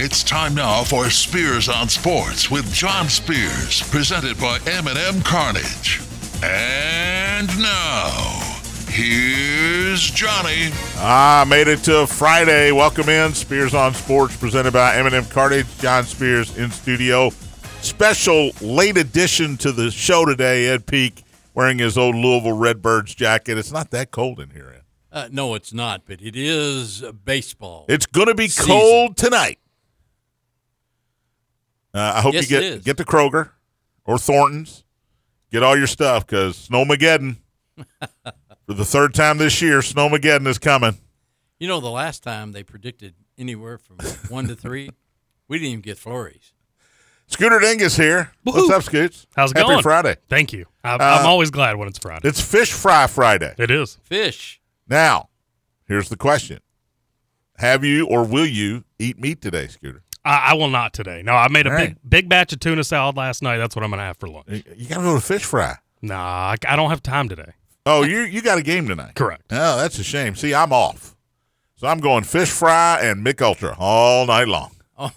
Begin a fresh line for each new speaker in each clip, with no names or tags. It's time now for Spears on Sports with John Spears, presented by M&M Carnage. And now, here's Johnny.
Ah, made it to Friday. Welcome in Spears on Sports, presented by Eminem Carnage. John Spears in studio. Special late addition to the show today. Ed Peak wearing his old Louisville Redbirds jacket. It's not that cold in here. Ed.
Uh, no, it's not, but it is baseball.
It's going to be
Season.
cold tonight. Uh, I hope
Yes,
you
it
get
is.
get to Kroger or Thornton's. Get all your stuff because Snowmageddon for the third time this year. Snowmageddon is coming.
you know, the last time they predicted anywhere from one to three, we didn't even get flurries.
Scooter Ding is here. What's up, Scoots?
How's it
Happy
going?
Friday.
Thank you. I,
Uh,
I'm always glad when it's Friday.
It's Fish Fry Friday.
It is.
Fish.
Now, here's the question: Have you or will you eat meat today, Scooter?
I, I will not today. No, I made a
All
big
right.
big batch of tuna salad last night. That's what I'm going to have for lunch.
You you gotta go to Fish Fry.
Nah, I, I don't have time today.
Oh, you you got a game tonight.
Correct.
Oh, that's a shame. See, I'm off. So I'm going fish fry and Mick Ultra all night long.
Oh.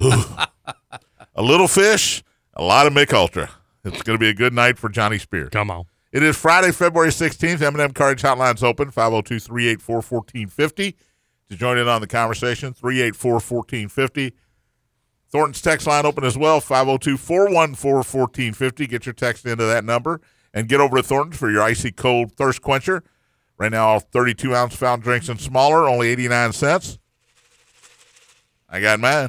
Oh. a little fish, a lot of Mick Ultra. It's going to be a good night for Johnny Spears.
Come on.
It is Friday, February 16th. M&M Cartage Hotline's open, 502-384-1450. To join in on the conversation, 384-1450. Thornton's text line open as well, 502-414-1450. Get your text into that number and get over to Thornton's for your icy cold thirst quencher. Right now, 32-ounce fountain drinks and smaller, only 89 cents. I got mine.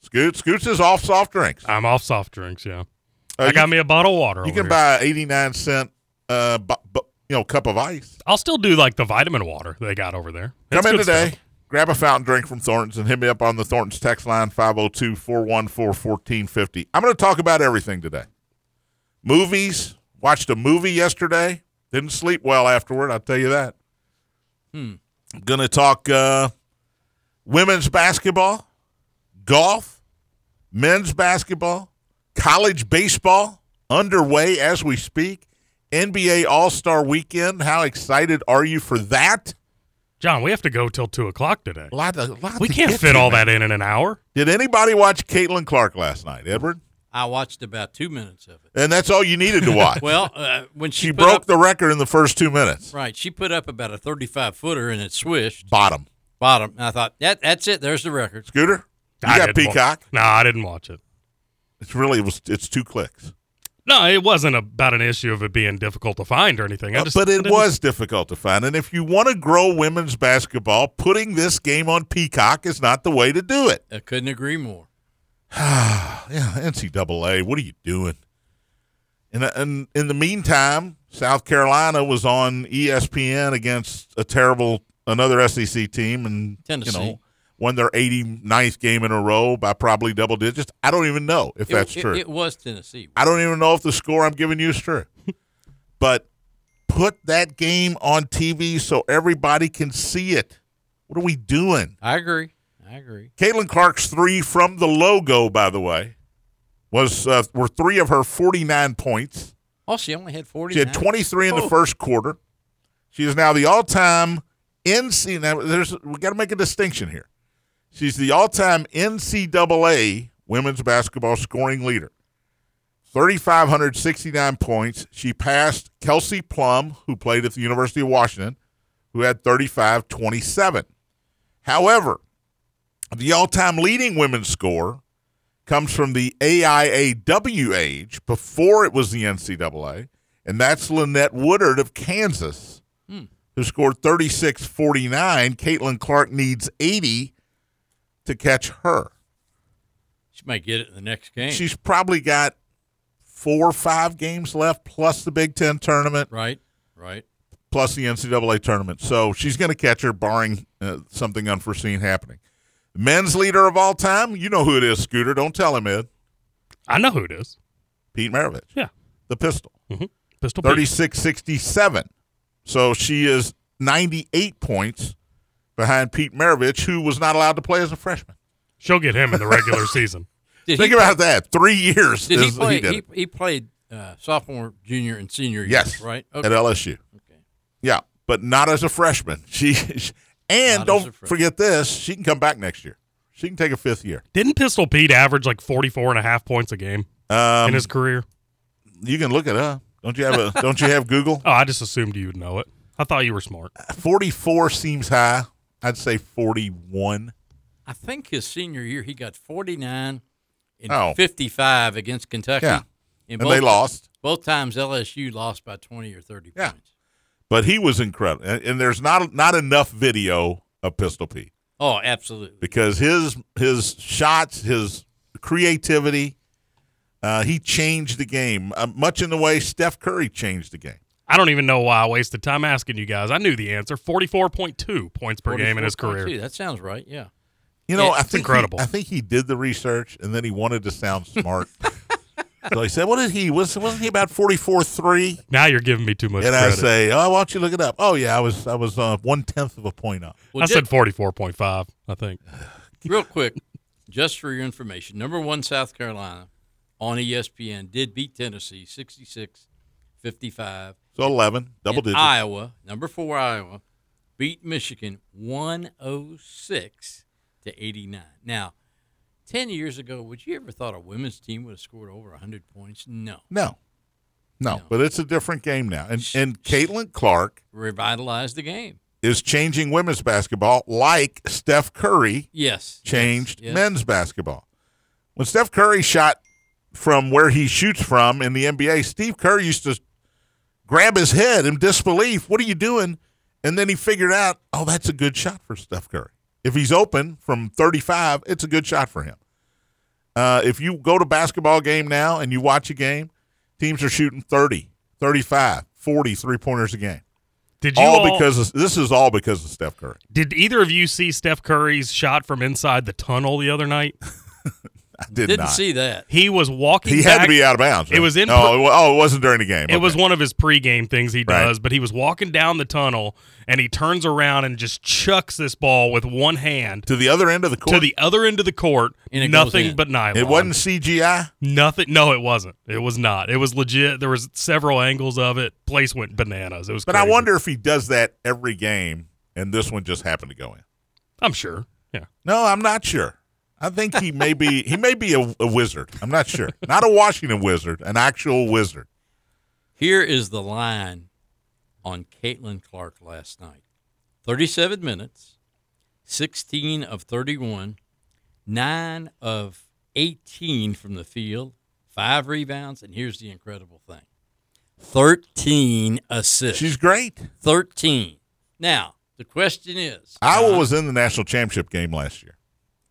Scoots, Scoots is off soft drinks.
I'm off soft drinks, yeah.
Uh,
I
you-
got me a bottle of water.
you
over
can
here.
buy 89 cent uh bu- bu- you know cup of ice.
I'll still do like the vitamin water they got over there. It's
Come in
good
today.
stuff.
Grab a fountain drink from Thornton's and hit me up on the Thornton's text line 502-414-1450. I'm going to talk about everything today. Movies, watched a movie yesterday, didn't sleep well afterward, I'll tell you that. Hmm. Going to talk uh, women's basketball, golf, men's basketball, college baseball underway as we speak. NBA All-Star weekend, how excited are you for that?
John, we have to go till 2 o'clock today.
A lot of- lot
We
to
can't
get
fit
to,
all
man.
that in in an hour.
Did anybody watch Caitlin Clark last night, Edward?
I watched about two minutes of it.
And that's all you needed to watch.
Well, uh, when she,
she
put
broke
up,
the record in the first two minutes.
right, she put up about a 35 footer and it swished
Bottom.
bottom. And I thought that that's it. There's the record.
Scooter, you
I
got
didn't wa-
Peacock.
No, I didn't watch it.
It's really it was it's two clicks,
No, it wasn't about an issue of it being difficult to find or anything. I
Uh,
just,
but
I
it
didn't-
was difficult to find. And if you want to grow women's basketball, putting this game on Peacock is not the way to do it.
I couldn't agree more.
yeah, NCAA, what are you doing? And, uh, and in the meantime, South Carolina was on E ESPN against a terrible another SEC team and
Tennessee.
you know won their 89th game in a row by probably double digits. I don't even know if
It-
that's
it-
true.
It was Tennessee.
I don't even know if the score I'm giving you is true. but put that game on TV so everybody can see it. What are we doing?
I agree. I agree.
Caitlin Clark's three from the logo, by the way, was uh, were three of her 49 points.
Oh, she only had 40.
She had 23 in the first quarter. She is now the all-time NC. Now, there's we got to make a distinction here. She's the all-time NCAA women's basketball scoring leader. 3,569 points. She passed Kelsey Plum, who played at the University of Washington, who had 35-27. However, the all-time leading women's score comes from the AIAW age before it was the NCAA, and that's Lynette Woodard of Kansas, who scored 36 49. Caitlin Clark needs 80 to catch her.
She might get it in the next game.
She's probably got four or five games left, plus the Big Ten tournament,
right. Right.
plus the NCAA tournament. So she's going to catch her, barring uh, something unforeseen happening. Men's leader of all time, you know who it is, Scooter. Don't tell him, Ed.
I know who it is.
Pete Maravich,
Yeah.
the pistol.
Pistol Pete.
3667. So she is 98 points behind Pete Maravich, who was not allowed to play as a freshman.
She'll get him in the regular season.
Did
Think
he,
about that. Three years
Did he
is-
play? He,
did
he,
it.
played uh, sophomore, junior, and senior. year,
Yes.
Right.
At LSU.
Okay.
Yeah, but not as a freshman. She, she- and
Not as a
don't
freshman.
forget this, she can come back next year. She can take a fifth year.
Didn't Pistol Pete average like 44 and a half points a game
Um,
in his career?
you can look it up. Don't you have a? don't you have Google?
Oh, I just assumed you would know it. I thought you were smart.
Forty four seems high. I'd say forty one.
I think his senior year he got 49 and
Oh.
55 against Kentucky.
Yeah.
And,
And they lost.
Both times LSU lost by 20 or 30
Yeah.
points.
But he was incredible. And, and there's not not enough video of Pistol Pete
Oh, absolutely.
because his his shots, his creativity, uh, he changed the game uh, much in the way Steph Curry changed the game.
I don't even know why I wasted time asking you guys. I knew the answer 44.2 points per game in his career.
44.2. That sounds right. Yeah.
You know,
It's
I think he-
incredible.
I think he did the research, and then he wanted to sound smart. so he said, "What did he? Was, wasn't he about forty-four three?
Now you're giving me too much
And I
credit.
say, "Oh, why don't you look it up?" Oh yeah, I was I was uh, one tenth of a point up.
Well,
I
ju-
said 44.5, I think.
real quick, just for your information, number one South Carolina on E ESPN did beat Tennessee 66 55.
So eleven, double digits.
Iowa, number four Iowa, beat Michigan 106 to 89. Now, 10 years ago, would you ever thought a women's team would have scored over 100 points? No.
no, no,
No.
but it's a different game now. And and Caitlin Clark
Revitalized the game.
is changing women's basketball like Steph Curry
Yes.
changed
Yes.
men's basketball. When Steph Curry shot from where he shoots from in the NBA, Steve Kerr used to grab his head in disbelief. What are you doing? And then he figured out, oh, that's a good shot for Steph Curry. If he's open from 35, it's a good shot for him. Uh, if you go to basketball game now and you watch a game, teams are shooting 30, 35, 40 three pointers a game.
Did you
All, because of, this is all because of Steph Curry.
Did either of you see Steph Curry's shot from inside the tunnel the other night?
I did
Didn't
not.
see that.
He was walking
He
back
had to be out of bounds.
It
right?
was in-
Oh, it wa- oh, it wasn't during the game.
It was
Okay.
one of his pregame things he
Right.
does, but he was walking down the tunnel and he turns around and just chucks this ball with one hand
to the other end of the court.
to the other end of the court.
And it goes
nothing
in.
but nylon.
it wasn't CGI.
nothing. No, it wasn't. It was not. It was legit. There was several angles of it. Place went bananas. It was.
But I
crazy.
wonder if he does that every game, and this one just happened to go in.
I'm sure. Yeah.
No, I'm not sure. I think he may be he may be a, a wizard. I'm not sure. Not a Washington wizard, an actual wizard.
Here is the line on Caitlin Clark last night 37 minutes, 16 of 31, 9 of 18 from the field, 5 rebounds, and here's the incredible thing 13 assists.
She's great.
13. Now, the question is uh,
Uh-huh.
Iowa was in the national championship game last year,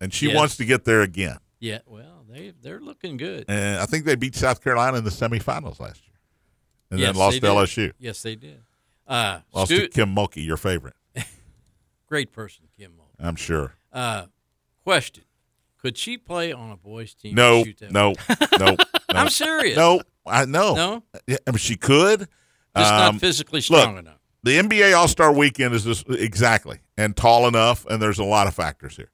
and she
Yes.
wants to get there again.
Yeah, well, they, they're looking good.
And I think they beat South Carolina in the semifinals last year, and
Yes,
then lost
they
to
did.
LSU.
Yes, they did. Uh,
Lost to
Scoot,
Kim Mulkey, your favorite,
great person, Kim Mulkey.
I'm sure.
Uh, question: Could she play on a boys' team? and
No,
shoot that
no, no, no,
I'm serious.
no. I know.
no,
Yeah, I mean, she could.
just
Um,
not physically strong enough.
the NBA All Star Weekend is this exactly and tall enough, and there's a lot of factors here.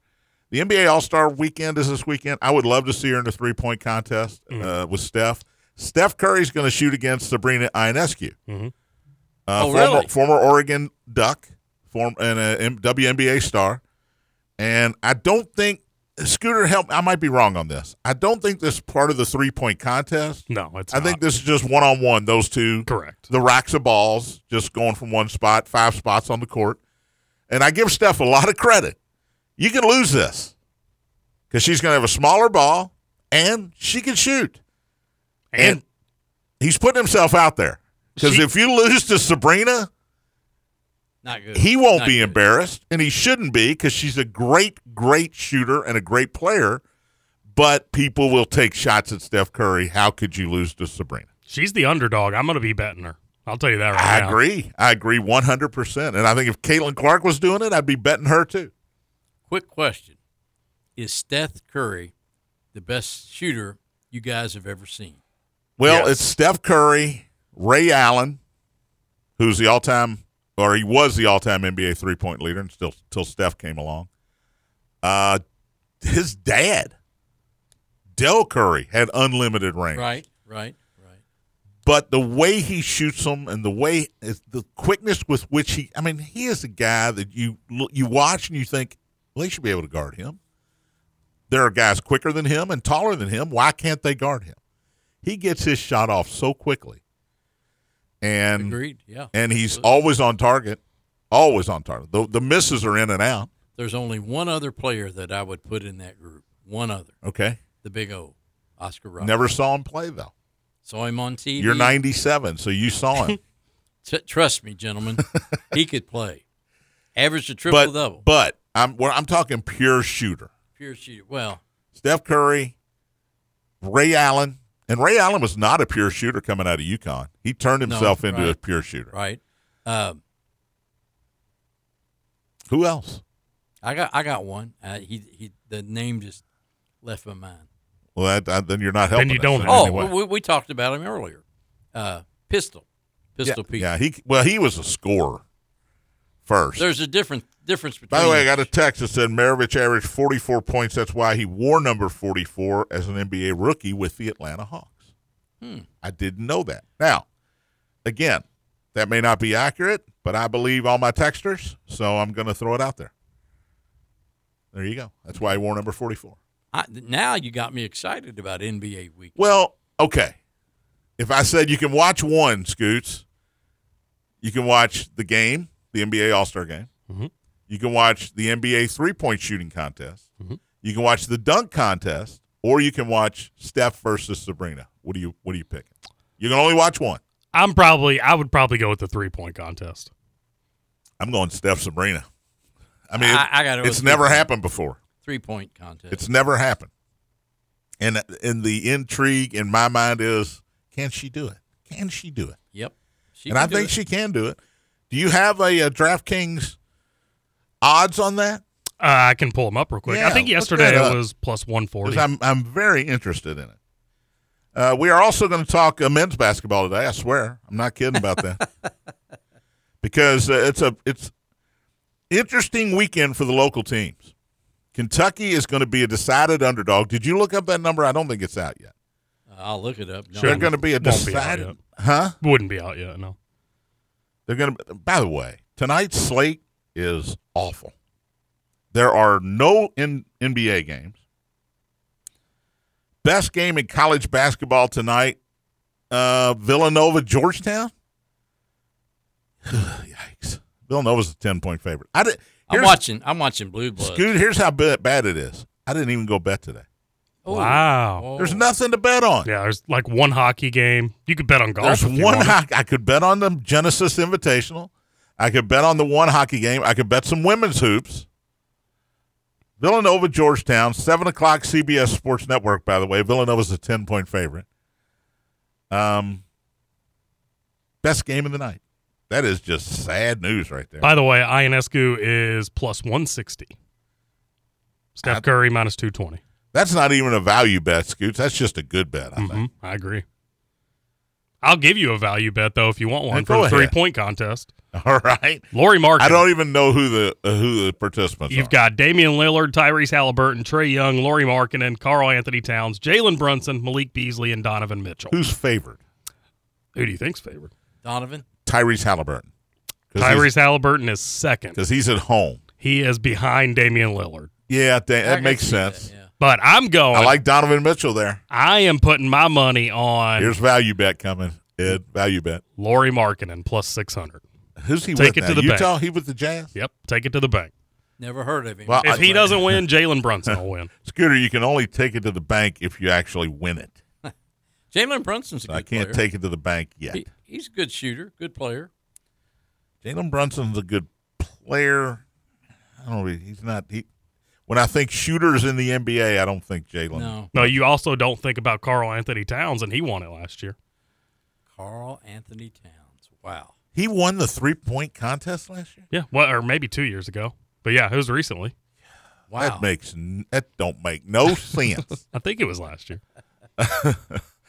The NBA All Star Weekend is this weekend. I would love to see her in the three point contest uh, with Steph. Steph Curry's going to shoot against Sabrina Ionescu,
Mhm.
uh,
Oh,
former,
really?
former Oregon Duck, form and a M- WNBA star. And I don't think Scooter help. I might be wrong on this. I don't think this is part of the three point contest.
No, it's.
I
not.
think this is just one on one. Those two
correct.
the racks of balls, just going from one spot, five spots on the court. And I give Steph a lot of credit. You can lose this because she's going to have a smaller ball and she can shoot.
And,
he's putting himself out there because
She-
if you lose to Sabrina,
Not good.
he won't
Not
be
good.
embarrassed and he shouldn't be because she's a great, great shooter and a great player. But people will take shots at Steph Curry. How could you lose to Sabrina?
she's the underdog. I'm going to be betting her. I'll tell you that right
I
now.
agree. I agree 100%. And I think if Caitlin Clark was doing it, I'd be betting her too.
Quick question: Is Steph Curry the best shooter you guys have ever seen?
Well,
Yes.
it's Steph Curry, Ray Allen, who's the all time, or he was the all time NBA three point leader until, until Steph came along. Uh, his dad, Del Curry, had unlimited range.
Right, right, right.
But the way he shoots them and the way the quickness with which he I mean he is a guy that you you watch and you think well, they should be able to guard him. There are guys quicker than him and taller than him. Why can't they guard him? He gets his shot off so quickly. And
Agreed. Yeah.
Mm. and he's
Absolutely.
always on target. Always on target. The, the misses are in and out.
There's only one other player that I would put in that group. One other,
Okay.
the big O, Oscar Roberts.
Never saw him play though.
saw him on TV.
You're 97, so you saw him.
T- trust me, gentlemen, he could play. Averaged a triple
but
double.
but I'm well, I'm talking pure shooter.
Pure shooter. Well,
Steph Curry, Ray Allen, and Ray Allen was not a pure shooter coming out of UConn. He turned
No,
himself into a
right.
pure shooter.
right. Um,
Who else?
I got I got one. Uh, he he. The name just left my mind.
Well, that, that- then you're not helping.
Then you
us
don't
in
have
Oh,
any way.
we, we talked about him earlier. Uh, pistol, pistol
yeah,
Pete.
yeah. He well, he was a scorer first.
There's a different difference between.
By the way, I got a text that said Maravich averaged 44 points. That's why he wore number 44 as an NBA rookie with the Atlanta Hawks. I didn't know that. Now, again, that may not be accurate, but I believe all my texters, so I'm going to throw it out there. There you go. That's why he wore number 44.
I, now you got me excited about NBA week.
Well, okay. If I said you can watch one, Scoots, you can watch the game, the NBA All Star game.
Mhm.
You can watch the NBA three point shooting contest. You can watch the dunk contest, or you can watch Steph versus Sabrina. What do you What are you picking? You can only watch one.
I'm probably I would probably go with the three point contest.
I'm going Steph Sabrina. I mean,
I- I gotta go
it's
with
never
Steph.
happened before.
Three point contest.
It's never happened. And and the intrigue in my mind is, can she do it? Can she do it?
yep. She
and I
can do
think
it.
she can do it. Do you have a, uh DraftKings odds on that?
Uh, I can pull them up real quick.
Yeah,
I think
look
yesterday
that uh, up.
it was plus one forty.
Because I'm I'm very interested in it. Uh, we are also going to talk uh, men's basketball today. I swear, I'm not kidding about that. because uh, it's a it's interesting weekend for the local teams. Kentucky is going to be a decided underdog. Did you look up that number? I don't think it's out yet.
Uh, I'll look it up. No,
Sure.
They're going to be a
Won't be out
decided,
yet.
huh?
Wouldn't be out yet. No.
They're going to. By the way, tonight's slate is awful. There are no N- NBA games. Best game in college basketball tonight: uh, Villanova Georgetown. Yikes! Villanova's a ten-point favorite. I did.
I'm
here's-
watching. I'm watching Blue Blood.
Scoot, here's how ba- bad it is. I didn't even go bet today.
Oh,
Oh.
Wow.
There's nothing to bet on.
Yeah, there's like one hockey game. You could bet on golf.
There's
if you
one
wanted.
hockey. I could bet on the Genesis Invitational. I could bet on the one hockey game. I could bet some women's hoops. Villanova, Georgetown, seven o'clock, CBS Sports Network. By the way, Villanova's a ten point favorite. Um, best game of the night. That is just sad news right there.
By the way, Ionescu is plus one sixty.
I-
Steph Curry minus two twenty.
That's not even a value bet, Scoots. That's just a good bet. I
hmm
think.
I agree. I'll give you a value bet though if you want one
Go
for the
ahead.
three point contest.
All right.
Lori Mark.
I don't even know who the uh, who the participants
You've
are.
got Damian Lillard, Tyrese Halliburton, Trey Young, Laurie Markkinen, Carl Anthony Towns, Jalen Brunson, Malik Beasley, and Donovan Mitchell.
Who's favored?
Who do you think's favored?
Donovan.
Tyrese Halliburton. 'Cause he's-
Tyrese Halliburton is second.
because he's at home.
He is behind Damian Lillard.
Yeah, that, that
I can
makes
see that,
sense.
yeah.
But I'm going.
I like Donovan Mitchell there.
I am putting my money on
Here's value bet coming. Ed, value bet.
Laurie Markkinen plus six hundred.
Who's he
Take
with
it to
now?
the bank.
Utah. He with the Jazz.
Yep, take it to the bank.
Never heard of him.
Well,
If
I-
he doesn't win, Jalen Brunson will win.
Scooter, you can only take it to the bank if you actually win it.
Jalen Brunson's a
So
good
I can't
player.
take it to the bank yet.
He- he's a good shooter, good player.
Jalen Brunson's a good player. I don't. know. He's not. He, when I think shooters in the NBA, I don't think Jalen.
No,
No, you also don't think about Carl Anthony Towns, and he won it last year.
Carl Anthony Towns. Wow.
He won the three point contest last year.
Yeah, well, or maybe two years ago. But yeah, it was recently.
Wow.
That makes n- that don't make no sense.
I think it was last year.
Uh,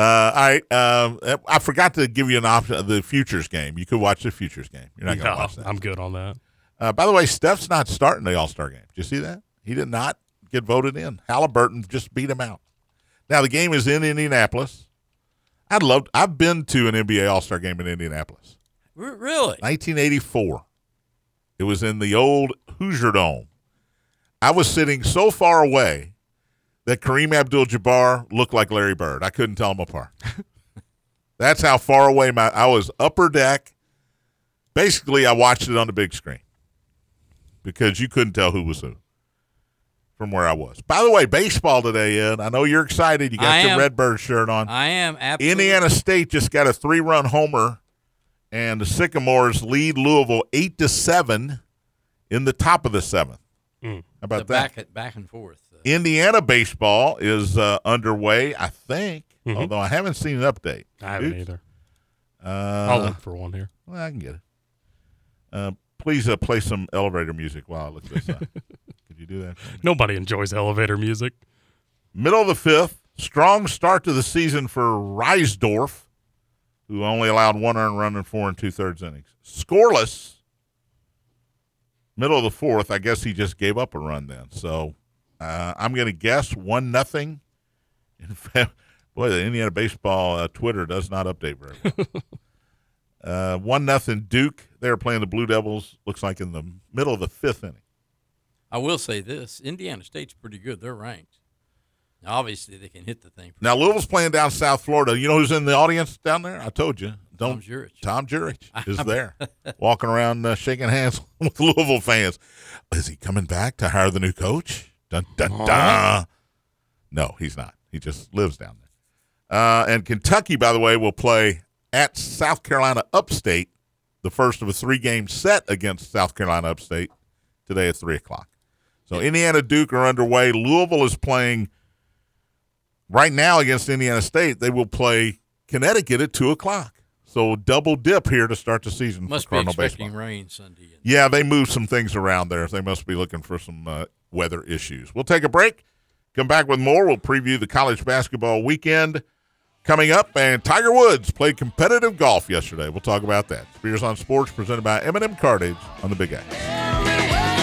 all right. Um, I forgot to give you an option of the futures game. You could watch the futures game. You're not going to
No,
watch that.
I'm good on that.
Uh, by the way, Steph's not starting the All Star game. Did you see that? He did not get voted in. Halliburton just beat him out. Now the game is in Indianapolis. I'd love. I've been to an NBA All Star game in Indianapolis.
R- really?
1984. It was in the old Hoosier Dome. I was sitting so far away that Kareem Abdul Jabbar looked like Larry Bird. I couldn't tell them apart. That's how far away my I was upper deck. Basically, I watched it on the big screen because you couldn't tell who was who from where I was. By the way, baseball today, Ed. I know you're excited. You got
I
your
am.
Red Bird shirt on.
I am absolutely.
Indiana State just got a three-run homer, and the Sycamores lead Louisville eight to seven in the top of the seventh.
Mm.
How
the
about that?
back, back and forth. Uh,
Indiana baseball is uh, underway, I think.
Mhm.
Although I haven't seen an update.
I haven't
Dudes?
either. I'll
Uh,
look for one here.
well, I can get it. Uh, please uh, play some elevator music while I look this up. Could you do that? for me?
Nobody enjoys elevator music.
Middle of the fifth, strong start to the season for Reisdorf, who only allowed one earned run in four and two thirds innings. Scoreless. Middle of the fourth, I guess he just gave up a run then. So uh, I'm going to guess one nothing. In fact, boy, the Indiana baseball uh, Twitter does not update very well. Uh, one nothing Duke. They're playing the Blue Devils. Looks like in the middle of the fifth inning.
I will say this: Indiana State's pretty good. They're ranked. Now, obviously, they can hit the thing.
Now Louisville's playing down South Florida. You know who's in the audience down there? I told you.
Tom
Don't
Jurich.
Tom Jurich is there, walking around uh, shaking hands with Louisville fans. Is he coming back to hire the new coach? Dun dun dun. No, he's not. He just lives down there. Uh, and Kentucky, by the way, will play at South Carolina Upstate, the first of a three-game set against South Carolina Upstate today at three o'clock. So Indiana Duke are underway. Louisville is playing right now against Indiana State. They will play Connecticut at two o'clock. So double dip here to start the season
Must
for
be
Cardinal
expecting
baseball.
rain Sunday.
Yeah, they moved some things around there. They must be looking for some uh, weather issues. We'll take a break. Come back with more. We'll preview the college basketball weekend coming up. And Tiger Woods played competitive golf yesterday. We'll talk about that. Spears on Sports presented by M&M Cartage on the Big X.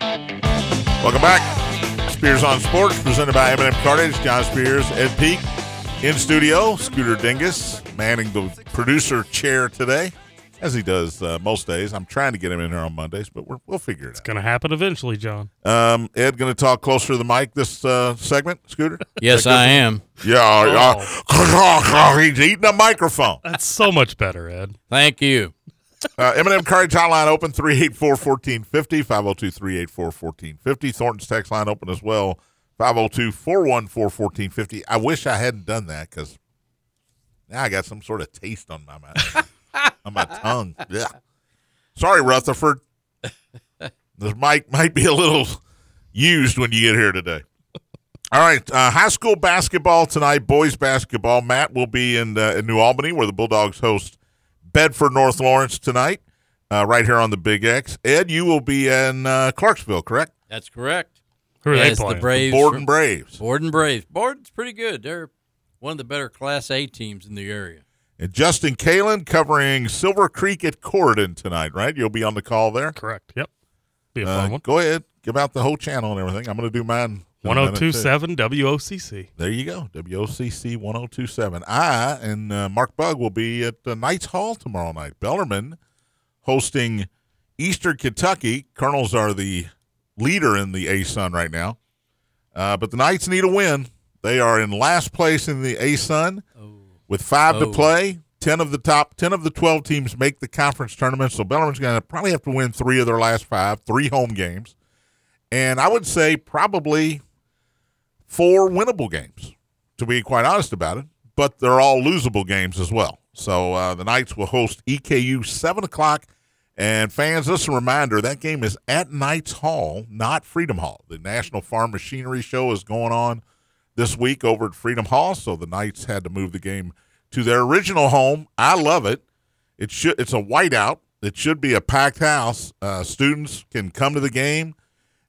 Welcome back. Spears on Sports, presented by Eminem Cartage, John Spears, Ed Peak. In studio, Scooter Dingus, manning the producer chair today, as he does uh, most days. I'm trying to get him in here on Mondays, but we're, we'll figure it
Going to happen eventually, John.
out. Um, Ed, going to talk closer to the mic this uh, segment, Scooter?
Yes, I am.
yeah, yeah. He's eating a microphone.
That's so much better, Ed.
Thank you.
Uh, M&M Cartage Hotline open 384-1450, 502-384-1450. Thornton's text line open as well, 502-414-1450. I wish I hadn't done that because now I got some sort of taste on my mouth, on my tongue. Yeah. Sorry, Rutherford. This mic might be a little used when you get here today. All right, uh, high school basketball tonight, boys basketball. Matt will be in, uh, in New Albany where the Bulldogs host Bedford North Lawrence tonight, uh, right here on the Big X. Ed, you will be in uh, Clarksville, correct?
That's correct.
Who are
As
they playing?
the Braves.
Borden Braves.
Borden Braves. Borden's pretty good. They're one of the better Class A teams in the area.
And Justin Kalen covering Silver Creek at Corridon tonight, right? You'll be on the call there.
Correct. Yep. Be a
Uh,
fun one.
go ahead, give out the whole channel and everything. I'm going to do mine. in a minute, too.
1027 WOCC.
There you go. WOCC 1027. I and uh, Mark Bug will be at the Knights Hall tomorrow night. Bellarmine hosting Eastern Kentucky. Colonels are the leader in the A Sun right now. Uh, but the Knights need a win. They are in last place in the A Sun
Oh.
with five to
Oh.
play. Ten of the top ten of the twelve teams make the conference tournament, so Bellarmine's going to probably have to win three of their last five, three home games, and I would say probably four winnable games, to be quite honest about it. But they're all losable games as well. So uh, the Knights will host EKU seven o'clock, and fans, just a reminder that game is at Knights Hall, not Freedom Hall. The National Farm Machinery Show is going on this week over at Freedom Hall, so the Knights had to move the game to their original home. I love it. It should it's a whiteout. It should be a packed house. Uh, students can come to the game,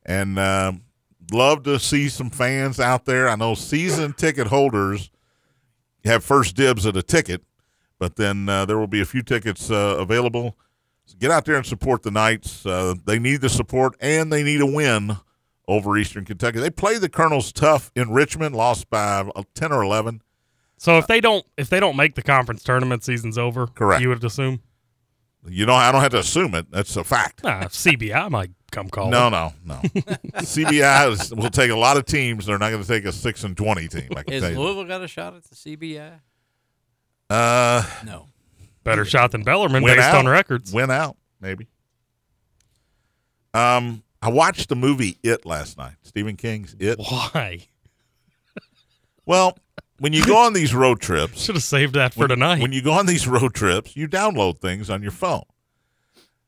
and um love to see some fans out there. I know season ticket holders have first dibs at a ticket, but then uh, there will be a few tickets uh, available. So get out there and support the Knights. Uh, they need the support and they need a win over Eastern Kentucky. They played the Colonels tough in Richmond, lost by uh, 10 or 11.
So if they don't if they don't make the conference tournament, season's over.
Correct.
You would assume.
You don't. I don't have to assume it. That's a fact.
Nah, CBI might come call.
No, no, no. CBI is, will take a lot of teams. They're not going to take a six and twenty team. I can
Has
tell you.
Louisville got a shot at the CBI?
Uh,
No.
better shot than Bellerman
went
based
out.
on records.
Went out maybe. Um, I watched the movie It last night. Stephen King's It.
Why?
Well, when you go on these road trips,
Should have saved that for
when,
tonight.
When you go on these road trips, you download things on your phone.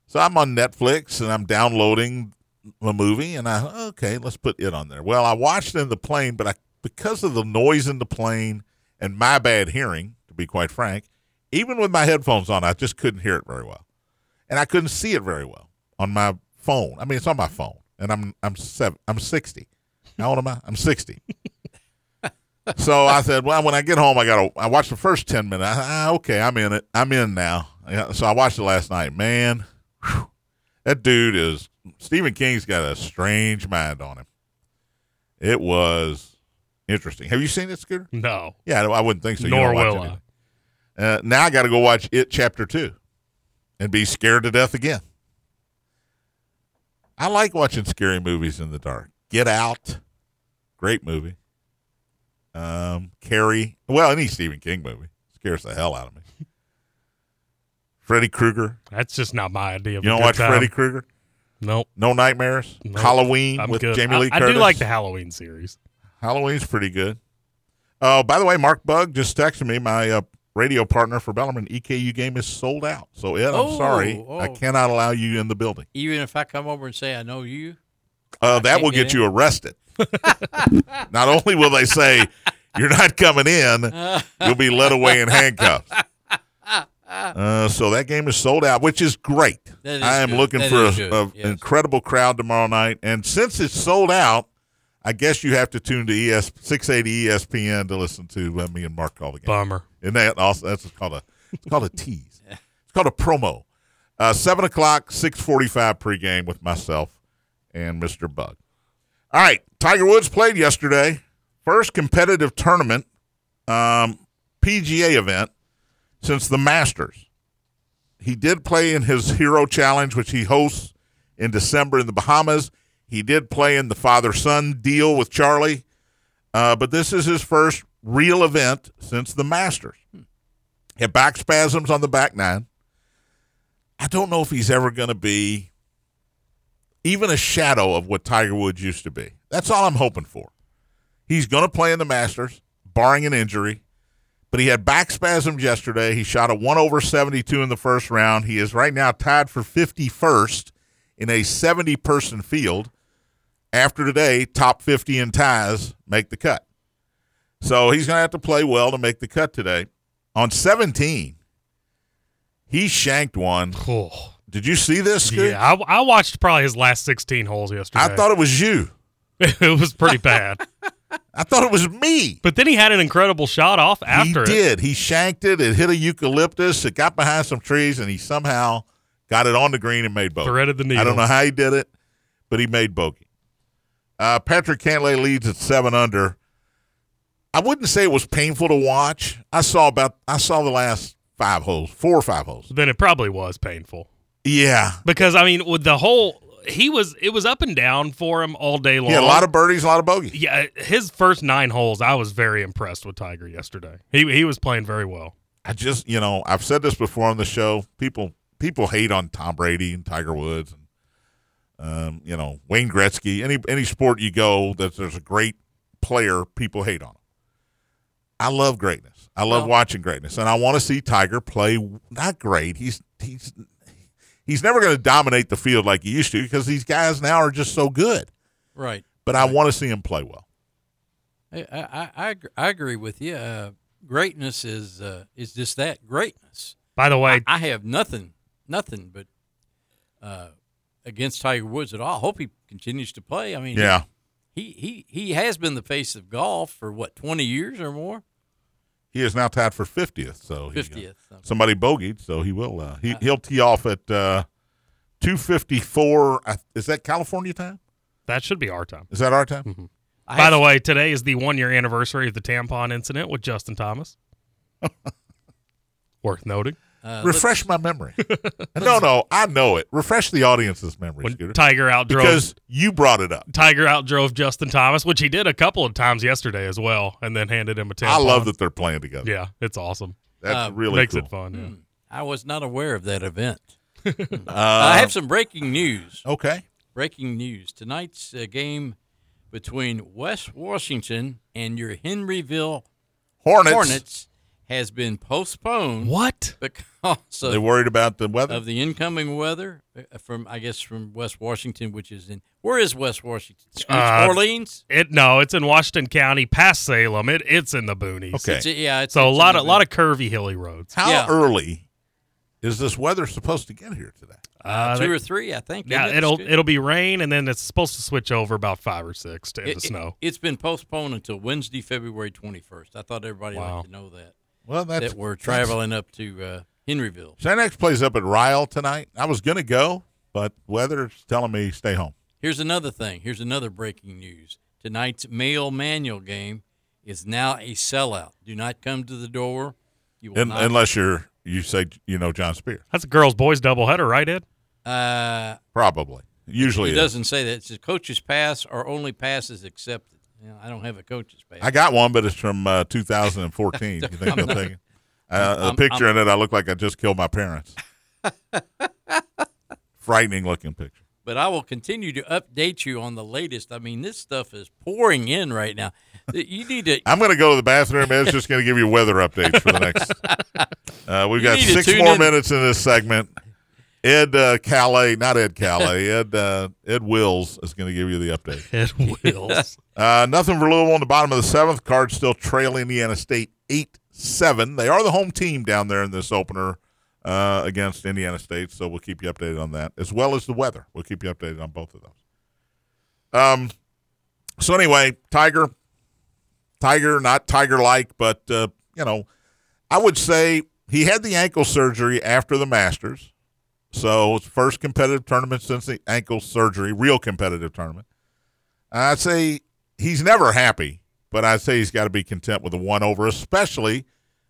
So I'm on Netflix and I'm downloading a movie, and I okay, let's put it on there. Well, I watched it in the plane, but I because of the noise in the plane and my bad hearing, to be quite frank, even with my headphones on, I just couldn't hear it very well, and I couldn't see it very well on my phone. I mean, it's on my phone, and I'm I'm seven, I'm sixty. How old am I? I'm sixty. So I said, well, when I get home, I got to. I watched the first ten minutes. I, ah, okay, I'm in it. I'm in now. Yeah, so I watched it last night. Man, whew, that dude is Stephen King's got a strange mind on him. It was interesting. Have you seen it, Scooter?
no,
Yeah, I wouldn't think so. You
nor
don't watch
will
it.
I.
Uh, now I got to go watch it chapter two, and be scared to death again. I like watching scary movies in the dark. Get Out, great movie. Um, Carrie, well, any Stephen King movie scares the hell out of me. Freddy Krueger,
That's just not my idea. Of
you
a
don't
good
watch
time.
Freddy Krueger?
Nope.
No nightmares.
No,
Halloween
I'm
with
good.
Jamie
I-
Lee
I,
Curtis.
do like the Halloween series.
Halloween's pretty good. Oh, by the way, Mark Bug just texted me. My uh, radio partner for Bellarmine EKU game is sold out. So Ed, I'm
Oh,
sorry, I
oh.
cannot allow you in the building.
Even if I come over and say I know you,
Uh, that
can't
will
get
get
in?
you arrested. not only will they say you're not coming in, you'll be led away in handcuffs. Uh, so that game is sold out, which is great.
That is
I am
good.
looking
That
for
is
a,
good.
a
Yes.
incredible crowd tomorrow night. And since it's sold out, I guess you have to tune to ES six eighty E ESPN to listen to uh, me and Mark call the game.
Bummer.
And that also that's called a it's called a tease. It's called a promo. Uh, seven o'clock, six forty-five pregame with myself and Mister Bug. All right, Tiger Woods played yesterday, first competitive tournament, um, PGA event since the Masters. He did play in his Hero Challenge, which he hosts in December in the Bahamas. He did play in the father son deal with Charlie. Uh, but this is his first real event since the Masters. He had back spasms on the back nine. I don't know if he's ever going to be even a shadow of what Tiger Woods used to be. That's all I'm hoping for. He's going to play in the Masters, barring an injury. But he had back spasms yesterday. He shot a 1 over 72 in the first round. He is right now tied for 51st in a 70 person field after today, top 50 in ties make the cut. So he's going to have to play well to make the cut today. On 17, he shanked one.
Oh,
Did you see this? Scoot?
yeah, I, I watched probably his last 16 holes yesterday.
I thought it was you.
it was pretty bad.
I thought it was me.
But then he had an incredible shot off
he
after it.
did. He shanked it. It hit a eucalyptus. It got behind some trees, and he somehow got it on the green and made both.
Threaded the needle.
I don't know how he did it, but he made bogey. Uh, Patrick Cantlay leads at seven under. I wouldn't say it was painful to watch. I saw about I saw the last five holes, four or five holes.
Then it probably was painful
Yeah,
because I mean, with the whole he was it was up and down for him all day long.
yeah, a lot of birdies, a lot of bogeys.
yeah. His first nine holes, I was very impressed with Tiger yesterday. He he was playing very well.
I just you know I've said this before on the show. People people hate on Tom Brady and Tiger Woods and um, you know Wayne Gretzky. Any any sport you go that there's a great player, people hate on. Them. I love greatness. I love
Oh.
watching greatness, and I want to see Tiger play. Not great. He's he's he's never going to dominate the field like he used to because these guys now are just so good.
right?
But I want to see him play well.
I I, I, agr- I agree with you. Uh, greatness is uh, is just that greatness.
By the way,
I have nothing nothing but uh, against Tiger Woods at all. Hope he continues to play. I mean,
Yeah,
he he he has been the face of golf for what twenty years or more.
he is now tied for fiftieth. So uh, he's gonna-
Fiftieth.
somebody bogeyed, so he will. Uh, he he'll tee off at uh, two fifty four. Is that California time?
that should be our time.
Is
Mm-hmm.
that our time?
By the way, today is the one year anniversary of the tampon incident with Justin Thomas. Worth noting.
Uh, let's-
Refresh my memory. no, no, I know it. Refresh the audience's memory,
When
Scooter.
Tiger outdrove
because you brought it up.
Tiger outdrove Justin Thomas, which he did a couple of times yesterday as well, and then handed him a tampon.
I love that they're playing together.
Yeah, it's awesome.
That's
Uh,
really
Makes
cool.
it fun. yeah.
I was not aware of that event.
Uh,
I have some breaking news.
okay.
Breaking news. Tonight's uh, game between West Washington and your Henryville
Hornets.
Hornets has been postponed
What?
because
They
of,
worried about the weather.
of the incoming weather uh, from, I guess, from West Washington, which is in, where is West Washington? Scooch,
Uh,
Orleans?
It no, it's in Washington County, past Salem. It it's in the boonies.
Okay.
It's, yeah, it's
So a
it's
lot
in
of
the-
lot of curvy hilly roads.
How
yeah.
early is this weather supposed to get here today?
Uh,
two
they-
or three, I think.
yeah,
isn't it,
it'll
Scooch?
it'll be rain and then it's supposed to switch over about five or six to into snow.
It, has been postponed until Wednesday, February 21st. I thought everybody
Wow.
liked to know that.
Well, that's
that we're traveling up to uh, Henryville.
Xanax plays up at Ryle tonight. I was gonna go, but weather's telling me stay home.
Here's another thing. Here's another breaking news. Tonight's male manual game is now a sellout. Do not come to the door. You will
Un
not.
unless you're you say you know John Spear,
That's a girls boys doubleheader, right, Ed?
uh,
probably. Usually,
it
it is.
doesn't say that. It says coaches pass or only passes accepted. You know, I don't have a coaches pass.
I got one, but it's from uh, 2014. you think they'll take it? Uh, a
I'm-
picture in it, I look like I just killed my parents. Frightening looking picture.
but I will continue to update you on the latest. I mean, this stuff is pouring in right now. You need to.
I'm going to go to the bathroom. Ed's just going to give you weather updates for the next. Uh, we've
You
got
need to
six
tune
more
in.
minutes in this segment. Ed uh, Calais, not Ed Calais, Ed uh, Ed Wills is going to give you the update.
It will.
Uh, nothing for Louisville on the bottom of the seventh. Cards still trail Indiana State eight seven. They are the home team down there in this opener uh, against Indiana State, so we'll keep you updated on that as well as the weather. We'll keep you updated on both of those. Um. So anyway, Tiger, Tiger, not Tiger like, but uh, you know, I would say he had the ankle surgery after the Masters, so it's first competitive tournament since the ankle surgery, real competitive tournament. I'd say he's never happy, but I'd say he's got to be content with a one over, especially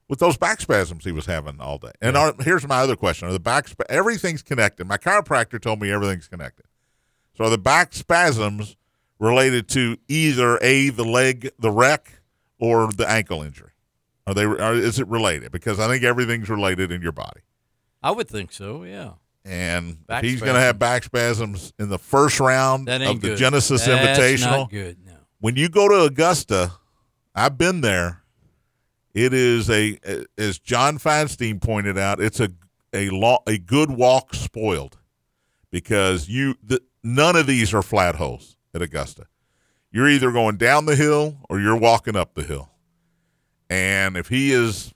with those back spasms he was having all day. And are, here's my other question: Are the back sp- everything's connected? My chiropractor told me everything's connected. So are the back spasms related to either a the leg, the wreck, or the ankle injury? Are they? Are, is it related? Because I think everything's related in your body.
I would think so. Yeah.
And if
Back
he's going to have
spasms.
back spasms in the first round
That ain't
of the
good.
Genesis
That's
Invitational
Not good. No.
when you go to Augusta, I've been there. It is a as John Feinstein pointed out, it's a a lo- a good walk spoiled because you the, none of these are flat holes at Augusta. You're either going down the hill or you're walking up the hill. And if he is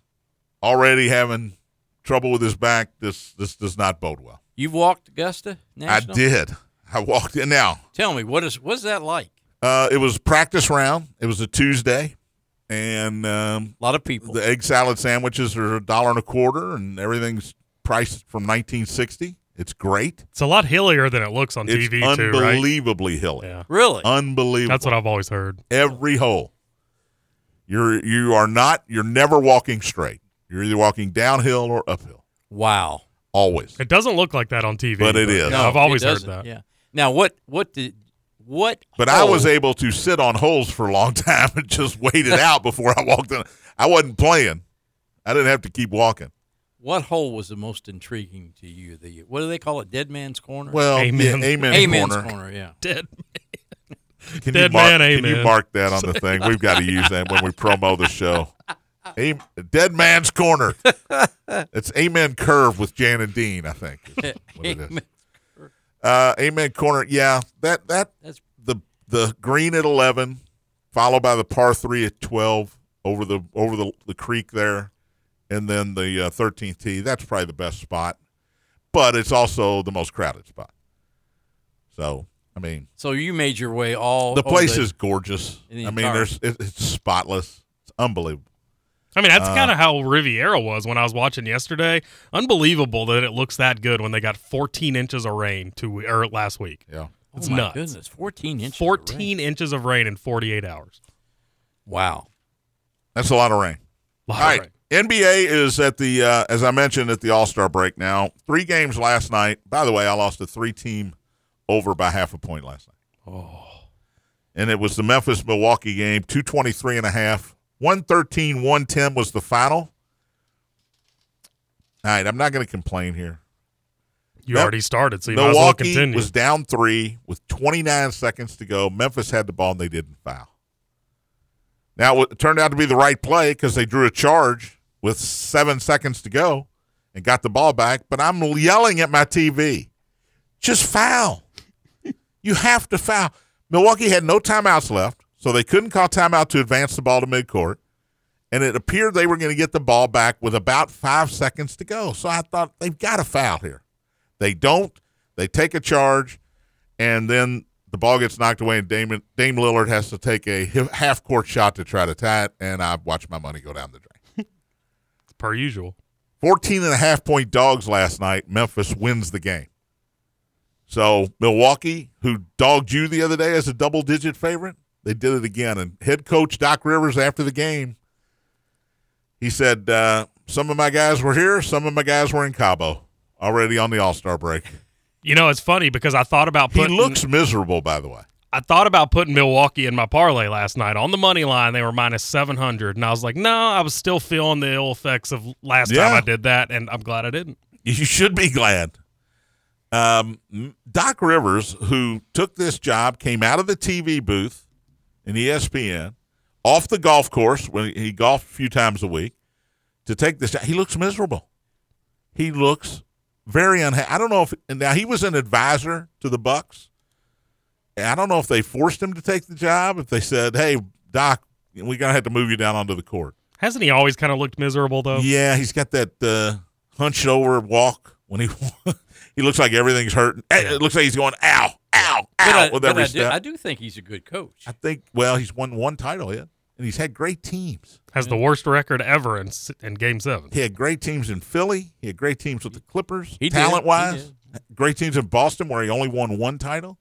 already having trouble with his back, this this does not bode well.
You've walked Augusta National.
I did. I walked in now.
Tell me what is what's that like?
Uh, it was practice round. It was a Tuesday, and um,
A lot of people.
the egg salad sandwiches are a dollar and a quarter, and everything's priced from 1960. It's great.
It's a lot hillier than it looks on
It's
TV too, right?
unbelievably hilly.
Yeah.
really?
Uh, Unbelievable.
That's what I've always heard.
Every hole. You're you are not. You're never walking straight. You're either walking downhill or uphill.
wow.
Always.
It doesn't look like that on TV.
But it is.
I've
it
always heard
doesn't.
that.
Yeah. Now what what did what
But I was
hole-
able to sit on holes for a long time and just wait it out before I walked in. I wasn't playing. I didn't have to keep walking.
what hole was the most intriguing to you? The what do they call it? Dead man's corner?
Well,
Amen.
yeah, amen,
Amen's
corner.
corner. yeah.
Dead.
Can
Dead
you mark,
man,
Can you
amen.
mark that on the thing? We've got to use that when we promo the show. Am- Dead man's corner. It's amen curve with Jan and Dean. I think. is what it is.
Amen.
Uh, amen corner. Yeah, that that
That's
the the green at eleven, followed by the par three at twelve over the over the, the creek there, and then the uh, thirteenth tee. That's probably the best spot, but it's also the most crowded spot. So I mean,
so you made your way all
the
all
place is gorgeous.
The
I mean,
entire-
there's it, it's spotless. It's unbelievable.
I mean, that's
Uh,
kind of how Riviera was when I was watching yesterday. Unbelievable that it looks that good when they got 14 inches of rain two or last week.
Yeah.
oh
it's
my
nuts.
goodness, fourteen inches. of rain.
14 inches of rain in 48 hours.
Wow.
That's a lot of rain.
Lot
All
of
right.
rain.
NBA is at the uh, as I mentioned at the All Star break now. Three games last night. By the way, I lost a three team over by half a point last night. Oh. And it was the Memphis Milwaukee game, 223 and a half. 113 110 was the final. All right, I'm not going to complain here.
You
Mil-
already started, so you might as well
Milwaukee
continue.
was down three with 29 seconds to go. Memphis had the ball and they didn't foul. Now it turned out to be the right play because they drew a charge with seven seconds to go and got the ball back. But I'm yelling at my TV, just foul. you have to foul. Milwaukee had no timeouts left, so they couldn't call timeout to advance the ball to midcourt. And it appeared they were going to get the ball back with about five seconds to go. So I thought they've got to foul here. They don't. They take a charge, and then the ball gets knocked away, and Dame, Dame Lillard has to take a half court shot to try to tie it. And I watched my money go down the drain.
per usual.
14 and a half point dogs last night. Memphis wins the game. So Milwaukee, who dogged you the other day as a double digit favorite, they did it again. And head coach Doc Rivers after the game, he said, uh, some of my guys were here, some of my guys were in Cabo already on the All Star break.
You know, it's funny because I thought about
He
putting
looks miserable, by the way.
I thought about putting Milwaukee in my parlay last night on the money line. They were minus seven hundred, and I was like, no, I was still feeling the ill effects of last
Yeah.
time I did that, and I'm glad I didn't.
You should be glad. Um, Doc Rivers, who took this job, came out of the TV booth in E ESPN, off the golf course when he golfed a few times a week to take this. He looks miserable. He looks very unhappy. I don't know if and now he was an advisor to the Bucks. And I don't know if they forced him to take the job. If they said, "Hey, Doc, we're gonna have to move you down onto the court."
Hasn't he always kind of looked miserable though?
Yeah, he's got that uh, hunched over walk when he he looks like everything's hurting. Eh, It looks like he's going ow, ow,
But
ow
I,
with
but
every
I do,
step.
I do think he's a good coach.
I think well, he's won one title yet, and he's had great teams.
Has the worst record ever in s- in Game Seven.
He had great teams in Philly. He had great teams with the Clippers.
He did, he
talent wise, great teams in Boston where he only won one title.